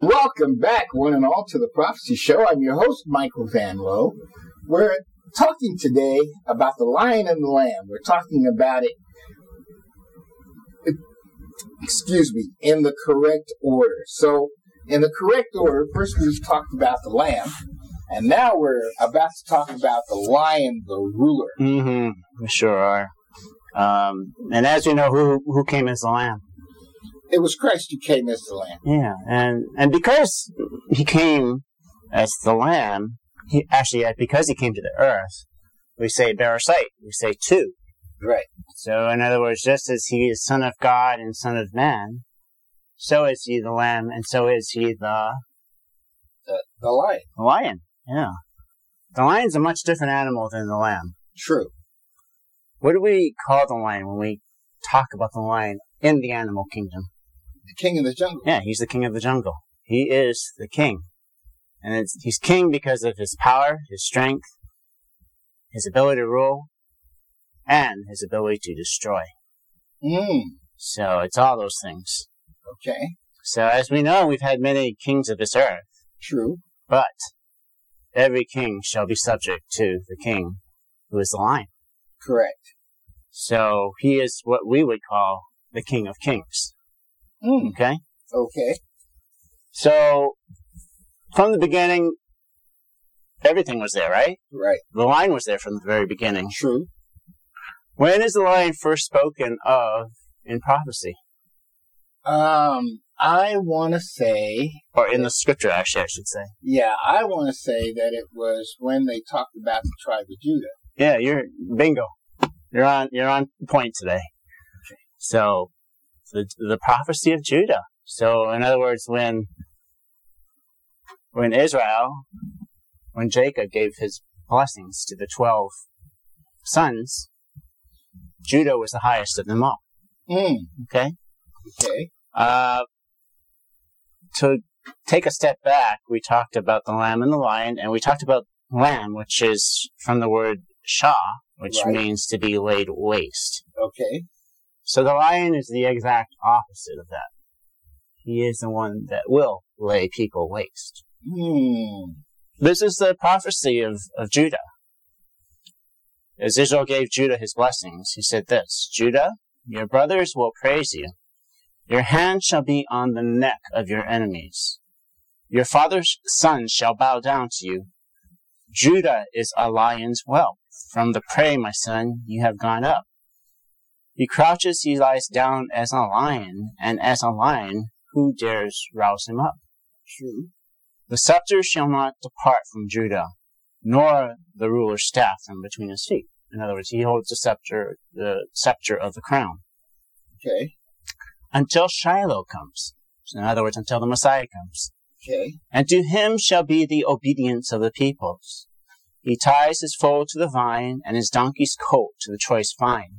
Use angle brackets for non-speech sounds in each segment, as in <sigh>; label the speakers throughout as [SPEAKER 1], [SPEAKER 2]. [SPEAKER 1] Welcome back, one and all, to the Prophecy Show. I'm your host, Michael Van Lowe. We're talking today about the lion and the lamb. We're talking about it, excuse me, in the correct order. So, in the correct order, first we talked about the lamb, and now we're about to talk about the lion, the ruler.
[SPEAKER 2] Mm-hmm. We sure are. Um, and as you know, who who came as the lamb?
[SPEAKER 1] It was Christ who came as the lamb.
[SPEAKER 2] Yeah, and and because he came as the lamb, he actually yeah, because he came to the earth, we say barasite, we say two.
[SPEAKER 1] Right.
[SPEAKER 2] So in other words, just as he is son of God and son of man, so is he the lamb, and so is he the
[SPEAKER 1] The, the lion.
[SPEAKER 2] lion. Yeah, the lion's a much different animal than the lamb.
[SPEAKER 1] True.
[SPEAKER 2] What do we call the lion when we talk about the lion in the animal kingdom?
[SPEAKER 1] The king of the jungle.
[SPEAKER 2] Yeah, he's the king of the jungle. He is the king. And it's, he's king because of his power, his strength, his ability to rule, and his ability to destroy.
[SPEAKER 1] Mm,
[SPEAKER 2] So it's all those things.
[SPEAKER 1] okay.
[SPEAKER 2] So as we know, we've had many kings of this earth,
[SPEAKER 1] True.
[SPEAKER 2] but every king shall be subject to the king who is the lion.
[SPEAKER 1] Correct.
[SPEAKER 2] So he is what we would call the king of kings.
[SPEAKER 1] Mm,
[SPEAKER 2] Okay?
[SPEAKER 1] okay.
[SPEAKER 2] So, from the beginning, everything was there, right?
[SPEAKER 1] Right.
[SPEAKER 2] The lion was there from the very beginning.
[SPEAKER 1] True.
[SPEAKER 2] When is the lion first spoken of in prophecy?
[SPEAKER 1] Um, I want to say,
[SPEAKER 2] Or in the scripture, actually, I should say.
[SPEAKER 1] yeah, I want to say that it was when they talked about the tribe of Judah.
[SPEAKER 2] Yeah, you're bingo. You're on, you're on point today. So, the, the prophecy of Judah. So, in other words, when, when Israel, when Jacob gave his blessings to the 12 sons, Judah was the highest of them all.
[SPEAKER 1] Mm,
[SPEAKER 2] Okay?
[SPEAKER 1] okay.
[SPEAKER 2] Uh, to take a step back, we talked about the lamb and the lion, and we talked about lamb, which is from the word shah, which
[SPEAKER 1] Right.
[SPEAKER 2] means to be laid waste.
[SPEAKER 1] Okay.
[SPEAKER 2] So the lion is the exact opposite of that. He is the one that will lay people waste.
[SPEAKER 1] Mm,
[SPEAKER 2] This is the prophecy of, of Judah. As Israel gave Judah his blessings, he said this Judah, your brothers will praise you. Your hand shall be on the neck of your enemies. Your father's son shall bow down to you. Judah is a lion's whelp. From the prey, my son, you have gone up. He crouches, he lies down as a lion, and as a lion, who dares rouse him up?
[SPEAKER 1] true.
[SPEAKER 2] The scepter shall not depart from Judah, nor the ruler's staff from between his feet. In other words, he holds the scepter, the scepter of the crown,
[SPEAKER 1] Okay.
[SPEAKER 2] until Shiloh comes. So in other words, until the Messiah comes.
[SPEAKER 1] Okay.
[SPEAKER 2] And to him shall be the obedience of the peoples. He ties his foal to the vine, and his donkey's colt to the choice vine.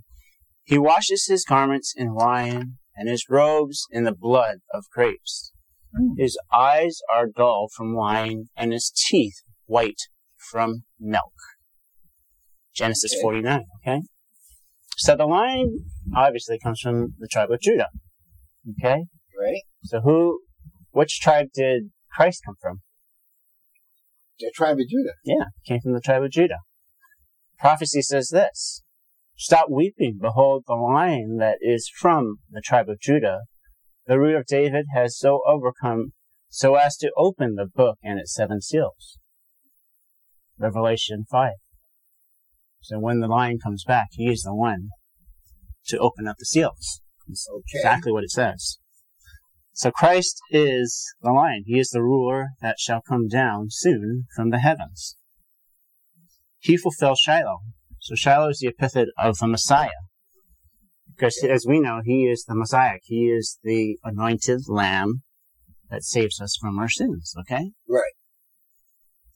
[SPEAKER 2] He washes his garments in wine, and his robes in the blood of grapes.
[SPEAKER 1] Hmm.
[SPEAKER 2] His eyes are dull from wine, and his teeth white from milk. Genesis
[SPEAKER 1] Okay.
[SPEAKER 2] 49, okay? So the lion obviously comes from the tribe of Judah, okay?
[SPEAKER 1] Right.
[SPEAKER 2] So who, which tribe did Christ come from?
[SPEAKER 1] The tribe of Judah.
[SPEAKER 2] Yeah, came from the tribe of Judah. Prophecy says this Stop weeping, behold the lion that is from the tribe of Judah. The root of David has so overcome so as to open the book and its seven seals. Revelation 5. So when the lion comes back, he is the one to open up the seals. It's
[SPEAKER 1] Okay.
[SPEAKER 2] exactly what it says. So Christ is the lion. He is the ruler that shall come down soon from the heavens. He fulfills Shiloh. So Shiloh is the epithet of the Messiah. Because as we know, he is the Messiah. He is the anointed lamb that saves us from our sins, okay?
[SPEAKER 1] Right.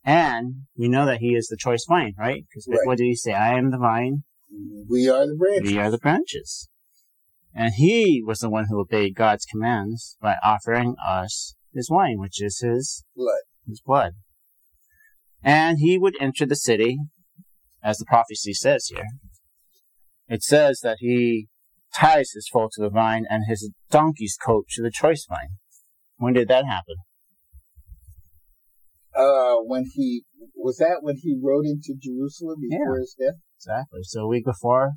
[SPEAKER 2] And we know that he is the choice vine, right? Because
[SPEAKER 1] Right.
[SPEAKER 2] what did he say? I am the vine,
[SPEAKER 1] We are the branch.
[SPEAKER 2] we are the branches. And he was the one who obeyed God's commands by offering us his wine, which is his,
[SPEAKER 1] Blood.
[SPEAKER 2] his blood. And he would enter the city, as the prophecy says here. It says that he ties his foal to the vine and his donkey's coat to the choice vine. When did that happen?
[SPEAKER 1] uh, when he was that when he rode into Jerusalem before his death?
[SPEAKER 2] Exactly. So a week before,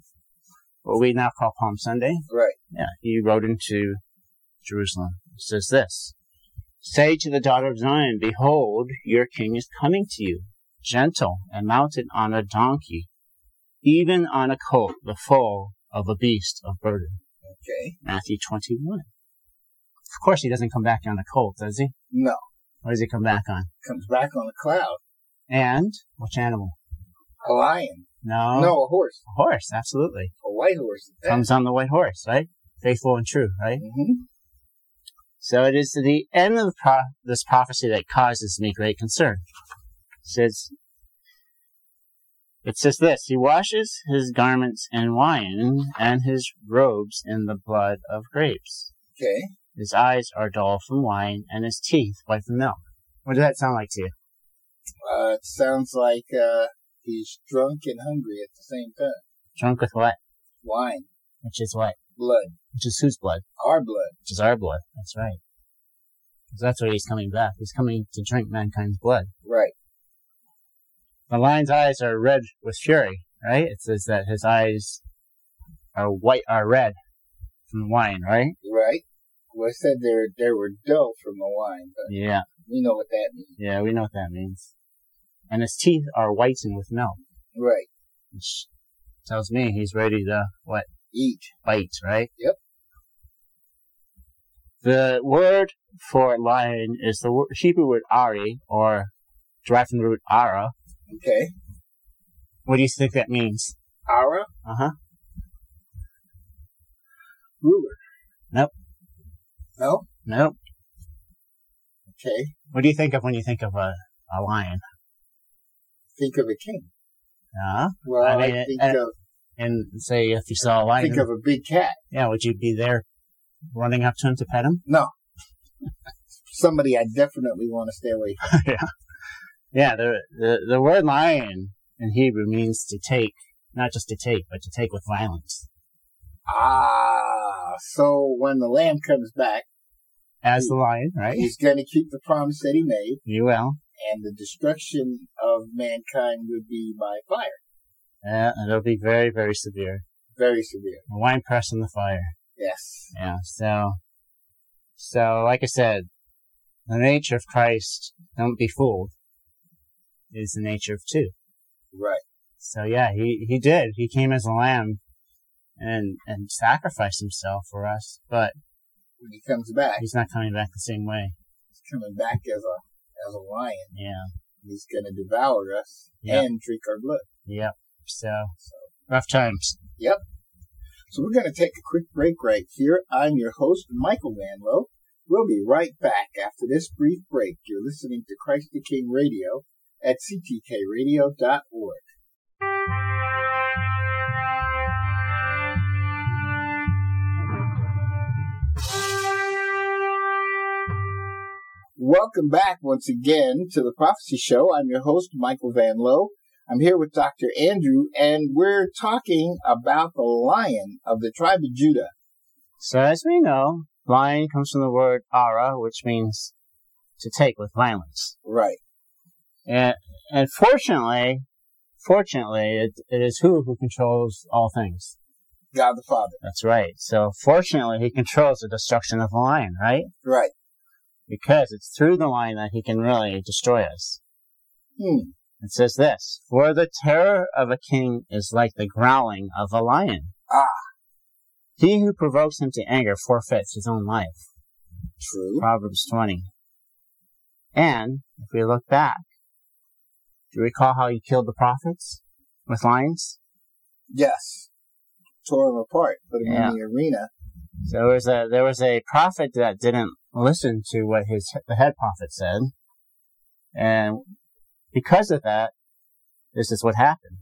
[SPEAKER 2] what we now call Palm Sunday,
[SPEAKER 1] Right.
[SPEAKER 2] yeah, he rode into Jerusalem. It says this Say to the daughter of Zion, Behold, your king is coming to you, gentle and mounted on a donkey, even on a colt, the foal of a beast of burden.
[SPEAKER 1] Okay.
[SPEAKER 2] Matthew 21. Of course, he doesn't come back on a colt, does he?
[SPEAKER 1] No.
[SPEAKER 2] What does he come back on?
[SPEAKER 1] Comes back on a cloud.
[SPEAKER 2] And which animal?
[SPEAKER 1] A lion.
[SPEAKER 2] No.
[SPEAKER 1] No, Eh. a horse.
[SPEAKER 2] A horse, absolutely.
[SPEAKER 1] A white horse.
[SPEAKER 2] Oh. Comes on the white horse, right? Faithful and true, right?
[SPEAKER 1] hmm
[SPEAKER 2] So it is to the end of the pro- this prophecy that causes me great concern. It says, it says this, he washes his garments in wine and his robes in the blood of grapes.
[SPEAKER 1] Okay.
[SPEAKER 2] His eyes are dull from wine and his teeth white from milk. What does that sound like to you?
[SPEAKER 1] Uh, it sounds like uh, he's drunk and hungry at the same time.
[SPEAKER 2] Drunk with what?
[SPEAKER 1] Wine,
[SPEAKER 2] Which is what?
[SPEAKER 1] blood,
[SPEAKER 2] Which is whose blood?
[SPEAKER 1] our blood.
[SPEAKER 2] Which is our blood. That's right. 'Cause that's where he's coming back. He's coming to drink mankind's blood.
[SPEAKER 1] Right.
[SPEAKER 2] The lion's eyes are red with fury, right? It says that his eyes are white, are red from wine, right?
[SPEAKER 1] Right. Well, I said they were, they were dull from the wine, but
[SPEAKER 2] Yeah,
[SPEAKER 1] we know what that means.
[SPEAKER 2] yeah, we know what that means. And his teeth are whitened with milk,
[SPEAKER 1] Right.
[SPEAKER 2] which tells me he's ready to, what,
[SPEAKER 1] Eat.
[SPEAKER 2] bite, right?
[SPEAKER 1] Yep.
[SPEAKER 2] The word for lion is the wo- Hebrew word ari, or derived from the root ara.
[SPEAKER 1] Okay.
[SPEAKER 2] What do you think that means?
[SPEAKER 1] Ara,
[SPEAKER 2] Uh huh.
[SPEAKER 1] ruler.
[SPEAKER 2] Nope.
[SPEAKER 1] No?
[SPEAKER 2] Nope.
[SPEAKER 1] Okay.
[SPEAKER 2] What do you think of when you think of a, a lion?
[SPEAKER 1] Think of a king.
[SPEAKER 2] Uh
[SPEAKER 1] Well,
[SPEAKER 2] I
[SPEAKER 1] I,
[SPEAKER 2] mean,
[SPEAKER 1] think,
[SPEAKER 2] uh,
[SPEAKER 1] of,
[SPEAKER 2] and say if you saw a lion,
[SPEAKER 1] think of a big cat.
[SPEAKER 2] yeah, would you be there running up to him to pet him?
[SPEAKER 1] No. Somebody I definitely want to stay away from.
[SPEAKER 2] Yeah, the the, the word lion in Hebrew means to take, not just to take, but to take with violence.
[SPEAKER 1] Ah, so when the lamb comes back,
[SPEAKER 2] As the lion, right?
[SPEAKER 1] he's going to keep the promise that he made.
[SPEAKER 2] You will.
[SPEAKER 1] and the destruction of mankind would be by fire.
[SPEAKER 2] Yeah, and it'll be very, very severe.
[SPEAKER 1] Very severe.
[SPEAKER 2] The wine press in the fire.
[SPEAKER 1] Yes.
[SPEAKER 2] Yeah. So, so like I said, the nature of Christ, don't be fooled, is the nature of two.
[SPEAKER 1] Right.
[SPEAKER 2] So yeah, he, he did. He came as a lamb and and sacrificed himself for us, but
[SPEAKER 1] When he comes back,
[SPEAKER 2] he's not coming back the same way.
[SPEAKER 1] he's coming back as a as a lion.
[SPEAKER 2] Yeah.
[SPEAKER 1] He's going to devour us
[SPEAKER 2] Yeah.
[SPEAKER 1] and drink our blood.
[SPEAKER 2] Yep. So rough times.
[SPEAKER 1] So we're going to take a quick break right here. I'm your host, Michael Manlow. We'll be right back after this brief break. You're listening to Christ the King Radio at ctkradio.org. Welcome back once again to the Prophecy Show. I'm your host, Michael Van Lowe. I'm here with Dr. Andrew, and we're talking about the lion of the tribe of Judah.
[SPEAKER 2] So as we know, lion comes from the word ara, which means to take with violence.
[SPEAKER 1] Right.
[SPEAKER 2] And and fortunately, fortunately, it, it is who who controls all things.
[SPEAKER 1] God the Father.
[SPEAKER 2] That's right. So fortunately, he controls the destruction of the lion, right?
[SPEAKER 1] Right.
[SPEAKER 2] because it's through the line that he can really destroy us.
[SPEAKER 1] Hmm.
[SPEAKER 2] It says this For the terror of a king is like the growling of a lion.
[SPEAKER 1] Ah.
[SPEAKER 2] He who provokes him to anger forfeits his own life.
[SPEAKER 1] True.
[SPEAKER 2] Proverbs 20. And if we look back, do you recall how he killed the prophets? With lions?
[SPEAKER 1] Yes. Tore him apart, put him
[SPEAKER 2] Yeah.
[SPEAKER 1] in the arena.
[SPEAKER 2] So there was a, there was a prophet that didn't listen to what his, the head prophet said. And because of that, this is what happened.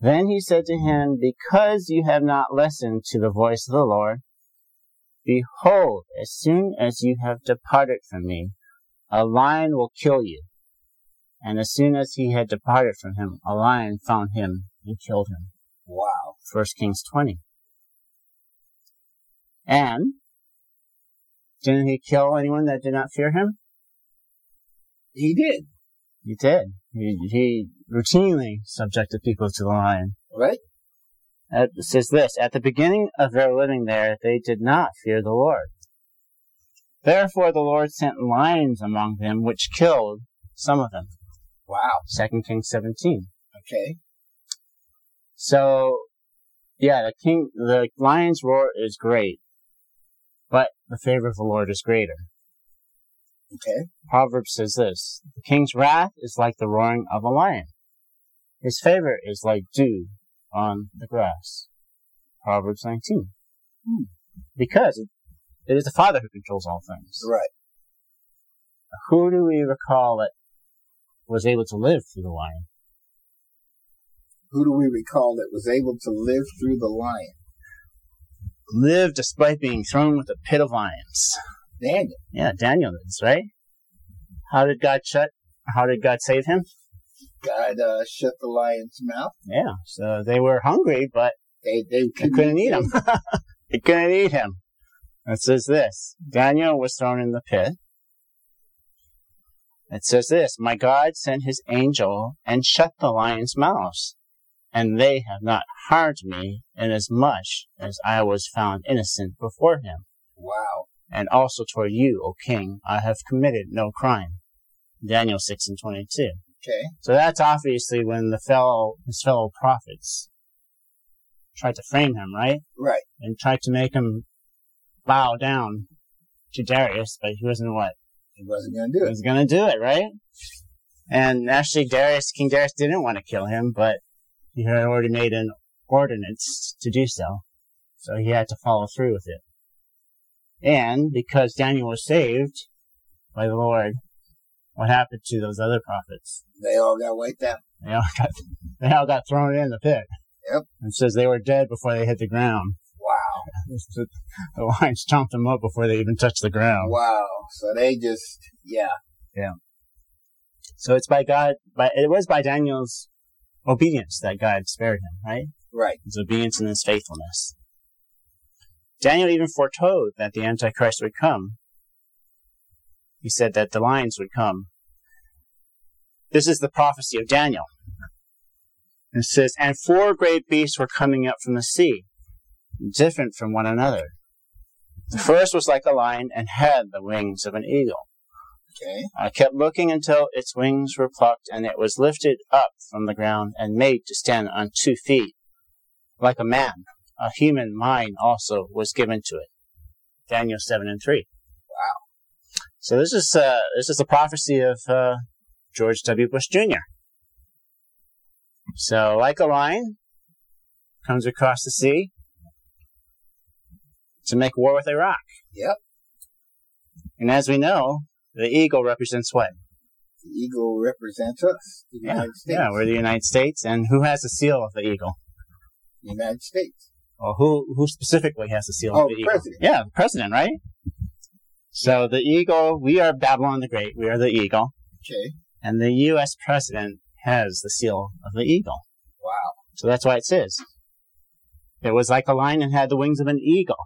[SPEAKER 2] Then he said to him, Because you have not listened to the voice of the Lord, behold, as soon as you have departed from me, a lion will kill you. And as soon as he had departed from him, a lion found him and killed him.
[SPEAKER 1] Wow.
[SPEAKER 2] 1 Kings 20. And didn't he kill anyone that did not fear him?
[SPEAKER 1] He did.
[SPEAKER 2] He did. He, he routinely subjected people to the lion.
[SPEAKER 1] Right?
[SPEAKER 2] It says this At the beginning of their living there, they did not fear the Lord. Therefore, the Lord sent lions among them, which killed some of them.
[SPEAKER 1] Wow.
[SPEAKER 2] 2 Kings 17.
[SPEAKER 1] Okay.
[SPEAKER 2] So, yeah, the king, the lion's roar is great, but the favor of the Lord is greater.
[SPEAKER 1] Okay.
[SPEAKER 2] Proverbs says this: the king's wrath is like the roaring of a lion; his favor is like dew on the grass. Proverbs 19.
[SPEAKER 1] Hmm.
[SPEAKER 2] Because it- it is the Father who controls all things.
[SPEAKER 1] Right.
[SPEAKER 2] Who do we recall that was able to live through the lion?
[SPEAKER 1] Who do we recall that was able to live through the lion?
[SPEAKER 2] Live despite being thrown with a pit of lions.
[SPEAKER 1] Daniel.
[SPEAKER 2] Yeah, Daniel is, right? How did God shut? How did God save him?
[SPEAKER 1] God uh, shut the lion's mouth.
[SPEAKER 2] Yeah, so they were hungry, but
[SPEAKER 1] They they
[SPEAKER 2] They
[SPEAKER 1] couldn't,
[SPEAKER 2] couldn't eat him. <laughs> they couldn't eat him. It says this Daniel was thrown in the pit. It says this My God sent his angel and shut the lions' mouths, and they have not harmed me, inasmuch as I was found innocent before him.
[SPEAKER 1] Wow.
[SPEAKER 2] And also toward you, O king, I have committed no crime. Daniel 6 and 22.
[SPEAKER 1] Okay.
[SPEAKER 2] So that's obviously when the fellow, his fellow prophets tried to frame him, right?
[SPEAKER 1] Right.
[SPEAKER 2] and tried to make him bow down to Darius, but he wasn't what
[SPEAKER 1] He wasn't going to
[SPEAKER 2] he
[SPEAKER 1] do it.
[SPEAKER 2] was gonna do it, right? And actually, Darius, King Darius, didn't want to kill him, but he had already made an ordinance to do so, so he had to follow through with it. And because Daniel was saved by the Lord, what happened to those other prophets?
[SPEAKER 1] They all got wiped out.
[SPEAKER 2] They all <laughs> got they all got thrown in the pit.
[SPEAKER 1] Yep.
[SPEAKER 2] And says they were dead before they hit the ground. <laughs>
[SPEAKER 1] Wow.
[SPEAKER 2] the, the lions chomped them up before they even touched the ground.
[SPEAKER 1] Wow. So they just yeah.
[SPEAKER 2] So it's by God, by it was by Daniel's obedience that God spared him, right?
[SPEAKER 1] Right.
[SPEAKER 2] His obedience and his faithfulness. Daniel even foretold that the Antichrist would come. He said that the lions would come. This is the prophecy of Daniel. It says, And four great beasts were coming up from the sea, different from one another. The first was like a lion and had the wings of an eagle.
[SPEAKER 1] Okay.
[SPEAKER 2] I kept looking until its wings were plucked, and it was lifted up from the ground and made to stand on two feet, like a man. A human mind also was given to it. Daniel seven and three. Wow. So this is uh, this is a prophecy of uh, George W. Bush Jr. So like a lion, comes across the sea to make war with Iraq.
[SPEAKER 1] Yep.
[SPEAKER 2] And as we know, the eagle represents what?
[SPEAKER 1] The eagle represents us, the United States.
[SPEAKER 2] Yeah, we're the United States, and who has the seal of the eagle?
[SPEAKER 1] the United States.
[SPEAKER 2] Or who who specifically has the seal
[SPEAKER 1] Oh,
[SPEAKER 2] of the
[SPEAKER 1] the
[SPEAKER 2] eagle?
[SPEAKER 1] president.
[SPEAKER 2] Yeah, the president, right? So the eagle, we are Babylon the Great. We are the eagle,
[SPEAKER 1] Okay.
[SPEAKER 2] and the U.S. president has the seal of the eagle.
[SPEAKER 1] Wow.
[SPEAKER 2] So that's why it says it was like a lion and had the wings of an eagle.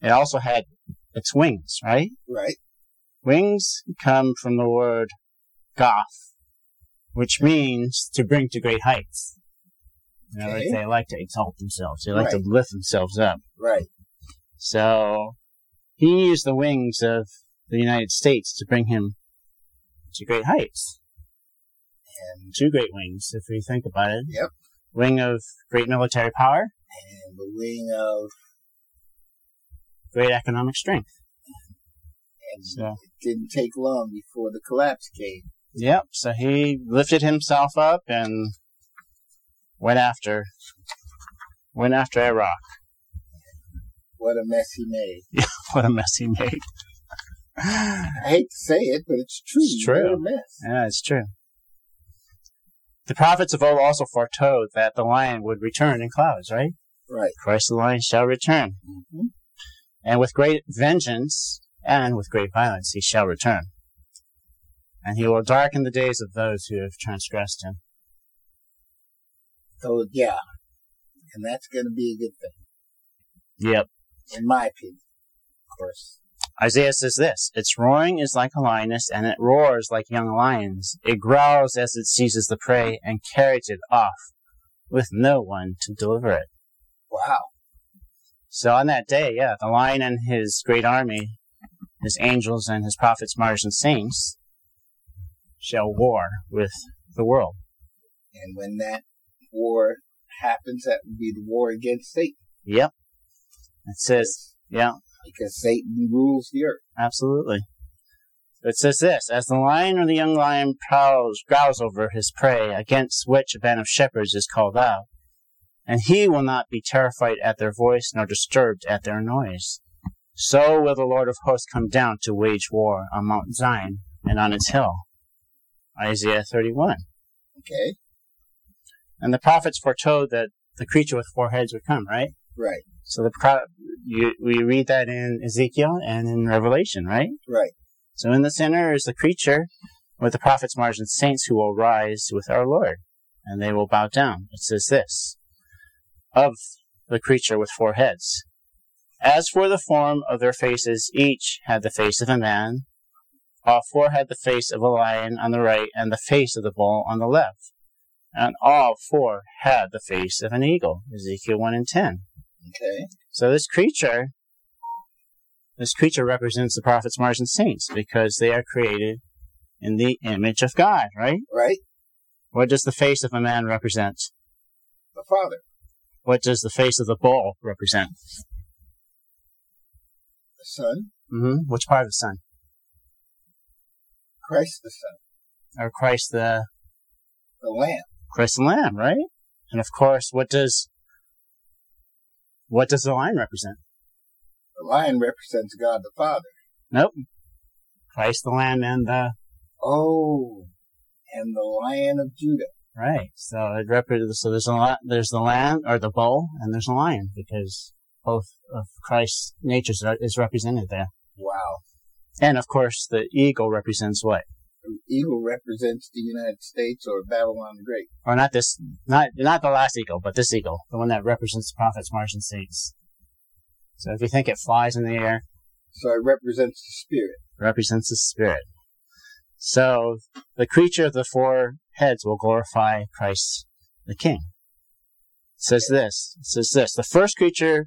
[SPEAKER 2] It also had its wings, right?
[SPEAKER 1] Right.
[SPEAKER 2] Wings come from the word goth, which means to bring to great heights. In other words,
[SPEAKER 1] Okay.
[SPEAKER 2] they like to exalt themselves. They like to lift themselves up.
[SPEAKER 1] Right.
[SPEAKER 2] So he used the wings of the United States to bring him to great heights.
[SPEAKER 1] And
[SPEAKER 2] Two great wings, if we think about it.
[SPEAKER 1] Yep.
[SPEAKER 2] Wing of great military power,
[SPEAKER 1] and the wing of
[SPEAKER 2] great economic strength.
[SPEAKER 1] and
[SPEAKER 2] So
[SPEAKER 1] it didn't take long before the collapse came.
[SPEAKER 2] Yep. So he lifted himself up and went after went after Iraq. <laughs>
[SPEAKER 1] What a mess he made.
[SPEAKER 2] What a mess he made.
[SPEAKER 1] I hate to say it, but it's true.
[SPEAKER 2] It's true.
[SPEAKER 1] What a mess.
[SPEAKER 2] yeah, it's true. The prophets of old also foretold that the lion would return in clouds, right?
[SPEAKER 1] Right.
[SPEAKER 2] Christ the lion shall return,
[SPEAKER 1] Mhm.
[SPEAKER 2] and with great vengeance and with great violence he shall return. And he will darken the days of those who have transgressed him.
[SPEAKER 1] So yeah, and that's going to be a good thing,
[SPEAKER 2] Yep.
[SPEAKER 1] in my opinion. Of course.
[SPEAKER 2] Isaiah says this Its roaring is like a lioness, and it roars like young lions. It growls as it seizes the prey and carries it off with no one to deliver it.
[SPEAKER 1] Wow.
[SPEAKER 2] So on that day, yeah, the lion and his great army, his angels and his prophets, martyrs, and saints, shall war with the world.
[SPEAKER 1] And when that war happens, that would be the war against Satan.
[SPEAKER 2] Yep. It says, yeah,
[SPEAKER 1] Because Satan rules the earth.
[SPEAKER 2] Absolutely. It says this As the lion or the young lion prowls, growls over his prey, against which a band of shepherds is called out, and he will not be terrified at their voice nor disturbed at their noise. So will the Lord of hosts come down to wage war on Mount Zion and on its hill. Isaiah 31.
[SPEAKER 1] Okay?
[SPEAKER 2] And the prophets foretold that the creature with four heads would come, right?
[SPEAKER 1] Right.
[SPEAKER 2] So the pro- you, we read that in Ezekiel and in Revelation, right?
[SPEAKER 1] Right.
[SPEAKER 2] So in the center is the creature with the prophets, martyrs, and saints who will rise with our Lord, and they will bow down. It says this of the creature with four heads. As for the form of their faces, each had the face of a man. All four had the face of a lion on the right and the face of the bull on the left. And all four had the face of an eagle. Ezekiel 1 and 10.
[SPEAKER 1] Okay.
[SPEAKER 2] So this creature, this creature represents the prophets, martyrs, and saints because they are created in the image of God, right?
[SPEAKER 1] Right?
[SPEAKER 2] What does the face of a man represent?
[SPEAKER 1] The Father,
[SPEAKER 2] What does the face of the bull represent?
[SPEAKER 1] the Son,
[SPEAKER 2] hmm Which part of the sun?
[SPEAKER 1] Christ the Son,
[SPEAKER 2] Or Christ the
[SPEAKER 1] the Lamb,
[SPEAKER 2] Christ the Lamb, right? And of course, what does what does the lion represent?
[SPEAKER 1] The lion represents God the Father.
[SPEAKER 2] Christ the Lamb and the
[SPEAKER 1] Oh, and the Lion of Judah.
[SPEAKER 2] right. So it represents so there's a lot there's the lamb or the bull and there's a lion because both of Christ's natures are, is represented there.
[SPEAKER 1] Wow.
[SPEAKER 2] And of course, the eagle represents what?
[SPEAKER 1] The eagle represents the United States or Babylon the Great.
[SPEAKER 2] Or not this, not not the last eagle, but this eagle, the one that represents the prophets, martyrs, and saints. So if you think it flies in the air,
[SPEAKER 1] So it represents the Spirit.
[SPEAKER 2] it represents the spirit. So the creature of the four heads will glorify Christ the King. It says this. It says this. The first creature,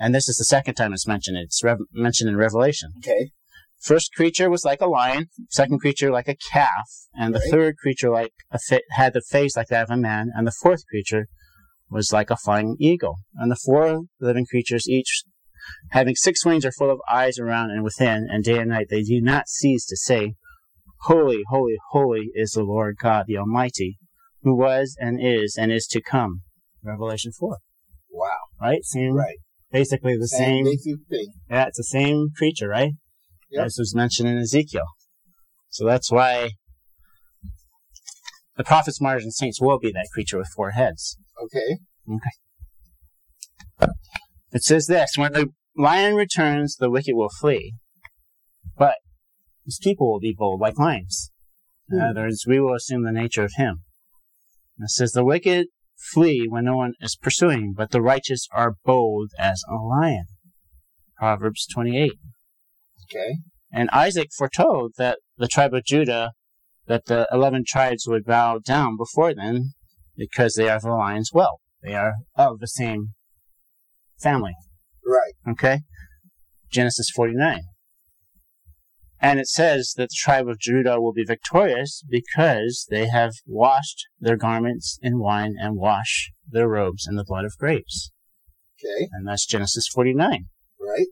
[SPEAKER 2] and this is the second time it's mentioned. It's rev- mentioned in Revelation.
[SPEAKER 1] Okay.
[SPEAKER 2] First creature was like a lion, second creature like a calf, and the
[SPEAKER 1] Right.
[SPEAKER 2] third creature like a fa- had the face like that of a man, and the fourth creature was like a flying eagle. And the four living creatures, each having six wings, are full of eyes around and within, and day and night they do not cease to say, Holy, holy, holy is the Lord God the Almighty, who was and is and is to come. Revelation four.
[SPEAKER 1] Wow.
[SPEAKER 2] Right? Same.
[SPEAKER 1] Right.
[SPEAKER 2] Basically the
[SPEAKER 1] And
[SPEAKER 2] same.
[SPEAKER 1] basic thing.
[SPEAKER 2] Yeah, it's the same creature, right?
[SPEAKER 1] Yep.
[SPEAKER 2] As was mentioned in Ezekiel. So that's why the prophets, martyrs, and saints will be that creature with four heads.
[SPEAKER 1] Okay.
[SPEAKER 2] It says this When the lion returns, the wicked will flee, but his people will be bold like lions. In
[SPEAKER 1] Hmm.
[SPEAKER 2] other words, we will assume the nature of him. And it says, The wicked flee when no one is pursuing, but the righteous are bold as a lion. Proverbs 28.
[SPEAKER 1] Okay.
[SPEAKER 2] And Isaac foretold that the tribe of Judah, that the eleven tribes would bow down before them, because they are the lion's well. They are of the same family.
[SPEAKER 1] Right.
[SPEAKER 2] Okay? Genesis 49. And it says that the tribe of Judah will be victorious because they have washed their garments in wine and wash their robes in the blood of grapes.
[SPEAKER 1] Okay.
[SPEAKER 2] And that's Genesis 49.
[SPEAKER 1] Right.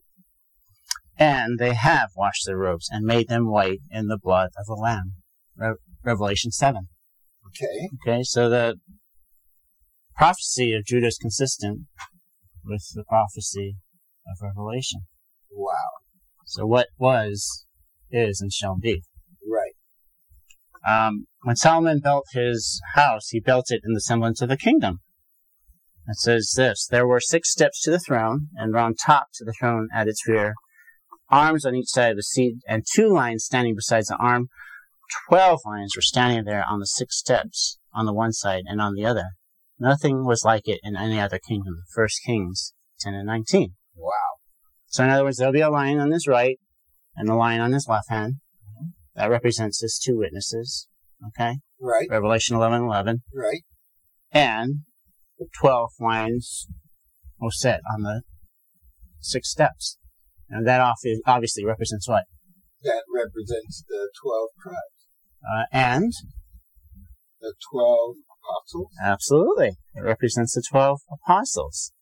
[SPEAKER 2] And they have washed their robes and made them white in the blood of the Lamb. Re- Revelation 7.
[SPEAKER 1] Okay.
[SPEAKER 2] Okay, so the prophecy of Judah is consistent with the prophecy of Revelation.
[SPEAKER 1] Wow.
[SPEAKER 2] So what was, is, and shall be.
[SPEAKER 1] Right.
[SPEAKER 2] Um, when Solomon built his house, he built it in the semblance of the kingdom. It says this There were six steps to the throne, and round top to the throne at its rear, arms on each side of the seat, and two lions standing besides the arm. Twelve lions were standing there on the six steps, on the one side and on the other. Nothing was like it in any other kingdom. First Kings 10 and 19.
[SPEAKER 1] Wow.
[SPEAKER 2] So, in other words, there'll be a lion on his right, and the lion on his left hand. That represents his two witnesses. Okay?
[SPEAKER 1] Right,
[SPEAKER 2] Revelation 11 11.
[SPEAKER 1] right.
[SPEAKER 2] And 12 lions were set on the six steps. And that obvi- obviously represents what?
[SPEAKER 1] That represents the 12 tribes,
[SPEAKER 2] Uh, and
[SPEAKER 1] the 12 apostles.
[SPEAKER 2] Absolutely. It represents the 12 apostles.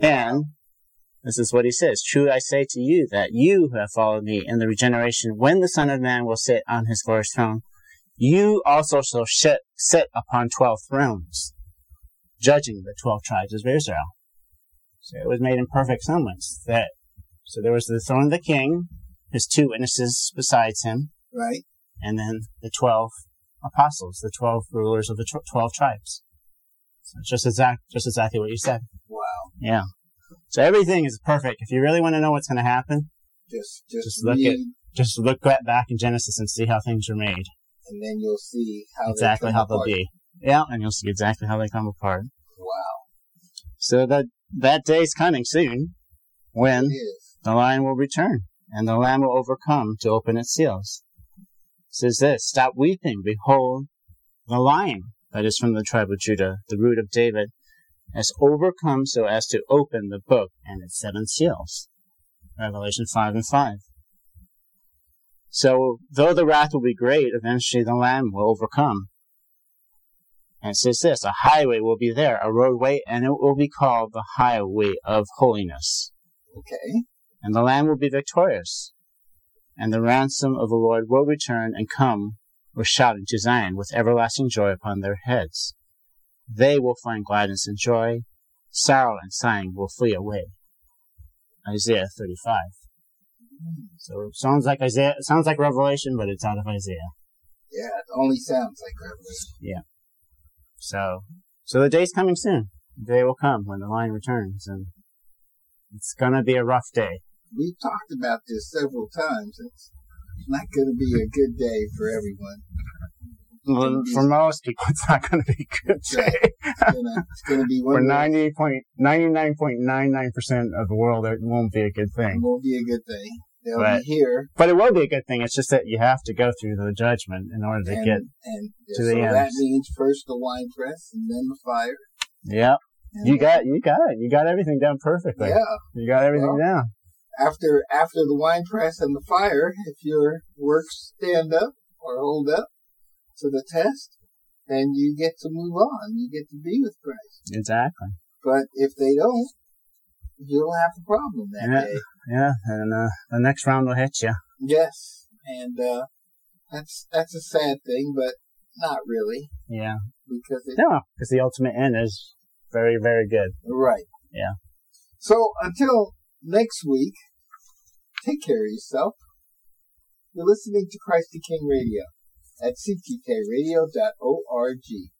[SPEAKER 2] And this is what he says True, I say to you that you who have followed me in the regeneration, when the Son of Man will sit on his glorious throne, you also shall sit, sit upon 12 thrones, judging the 12 tribes of Israel. So it was made in perfect semblance. That, so there was the throne of the king, his two witnesses besides him,
[SPEAKER 1] Right.
[SPEAKER 2] and then the 12 apostles, the 12 rulers of the tw- 12 tribes. So it's just exact, just exactly what you said.
[SPEAKER 1] Wow.
[SPEAKER 2] Yeah. So everything is perfect. If you really want to know what's going to happen,
[SPEAKER 1] Just, just,
[SPEAKER 2] Just look
[SPEAKER 1] read,
[SPEAKER 2] at- just look ba- back in Genesis and see how things were made.
[SPEAKER 1] and then you'll see how they
[SPEAKER 2] exactly
[SPEAKER 1] come
[SPEAKER 2] how they'll
[SPEAKER 1] apart.
[SPEAKER 2] be. Yeah, and you'll see exactly how they come apart.
[SPEAKER 1] Wow.
[SPEAKER 2] So that, that day's coming soon when
[SPEAKER 1] It is.
[SPEAKER 2] the lion will return, and the lamb will overcome to open its seals. It says this Stop weeping, behold, the lion that is from the tribe of Judah, the root of David, has overcome so as to open the book and its seven seals. Revelation 5 and 5. So, though the wrath will be great, eventually the lamb will overcome. And it says this A highway will be there, a roadway, and it will be called the highway of holiness
[SPEAKER 1] Okay.
[SPEAKER 2] and the Lamb will be victorious. And the ransom of the Lord will return and come with shouting to Zion with everlasting joy upon their heads. They will find gladness and joy, sorrow and sighing will flee away. Isaiah 35. So it sounds like Isaiah, it sounds like Revelation, but it's out of Isaiah.
[SPEAKER 1] Yeah, it only sounds like Revelation.
[SPEAKER 2] So, so the day's coming soon. The day will come when the lion returns and it's gonna be a rough day.
[SPEAKER 1] We've talked about this several times. It's not going to be a good day for everyone.
[SPEAKER 2] Well, For most people, it's not gonna be a good day. <laughs>
[SPEAKER 1] It's gonna- It's going to be
[SPEAKER 2] for
[SPEAKER 1] one that
[SPEAKER 2] 99.99% of the world, it won't be a good thing.
[SPEAKER 1] won't be a good thing. They'll
[SPEAKER 2] Right.
[SPEAKER 1] be here
[SPEAKER 2] But it will be a good thing. It's just that you have to go through the judgment in order to
[SPEAKER 1] and,
[SPEAKER 2] get.
[SPEAKER 1] and
[SPEAKER 2] to
[SPEAKER 1] so
[SPEAKER 2] the
[SPEAKER 1] that
[SPEAKER 2] end.
[SPEAKER 1] means first the wine press and then the fire.
[SPEAKER 2] Yeah,
[SPEAKER 1] And
[SPEAKER 2] you
[SPEAKER 1] then-
[SPEAKER 2] got you got it. You got everything down perfectly.
[SPEAKER 1] yeah.
[SPEAKER 2] You got everything
[SPEAKER 1] Well,
[SPEAKER 2] down.
[SPEAKER 1] After after the wine press and the fire, if your works stand up or hold up to the test, then you get to move on. You get to be with Christ.
[SPEAKER 2] Exactly.
[SPEAKER 1] But if they don't, you'll have a problem that
[SPEAKER 2] Yeah.
[SPEAKER 1] day.
[SPEAKER 2] Yeah, and uh, the next round will hit you.
[SPEAKER 1] Yes, and uh, that's that's a sad thing, but not really
[SPEAKER 2] Yeah.
[SPEAKER 1] because it
[SPEAKER 2] No, because the ultimate end is very very good.
[SPEAKER 1] Right.
[SPEAKER 2] Yeah.
[SPEAKER 1] So until next week, take care of yourself. You're listening to Christ the King Radio at ctkradio.org.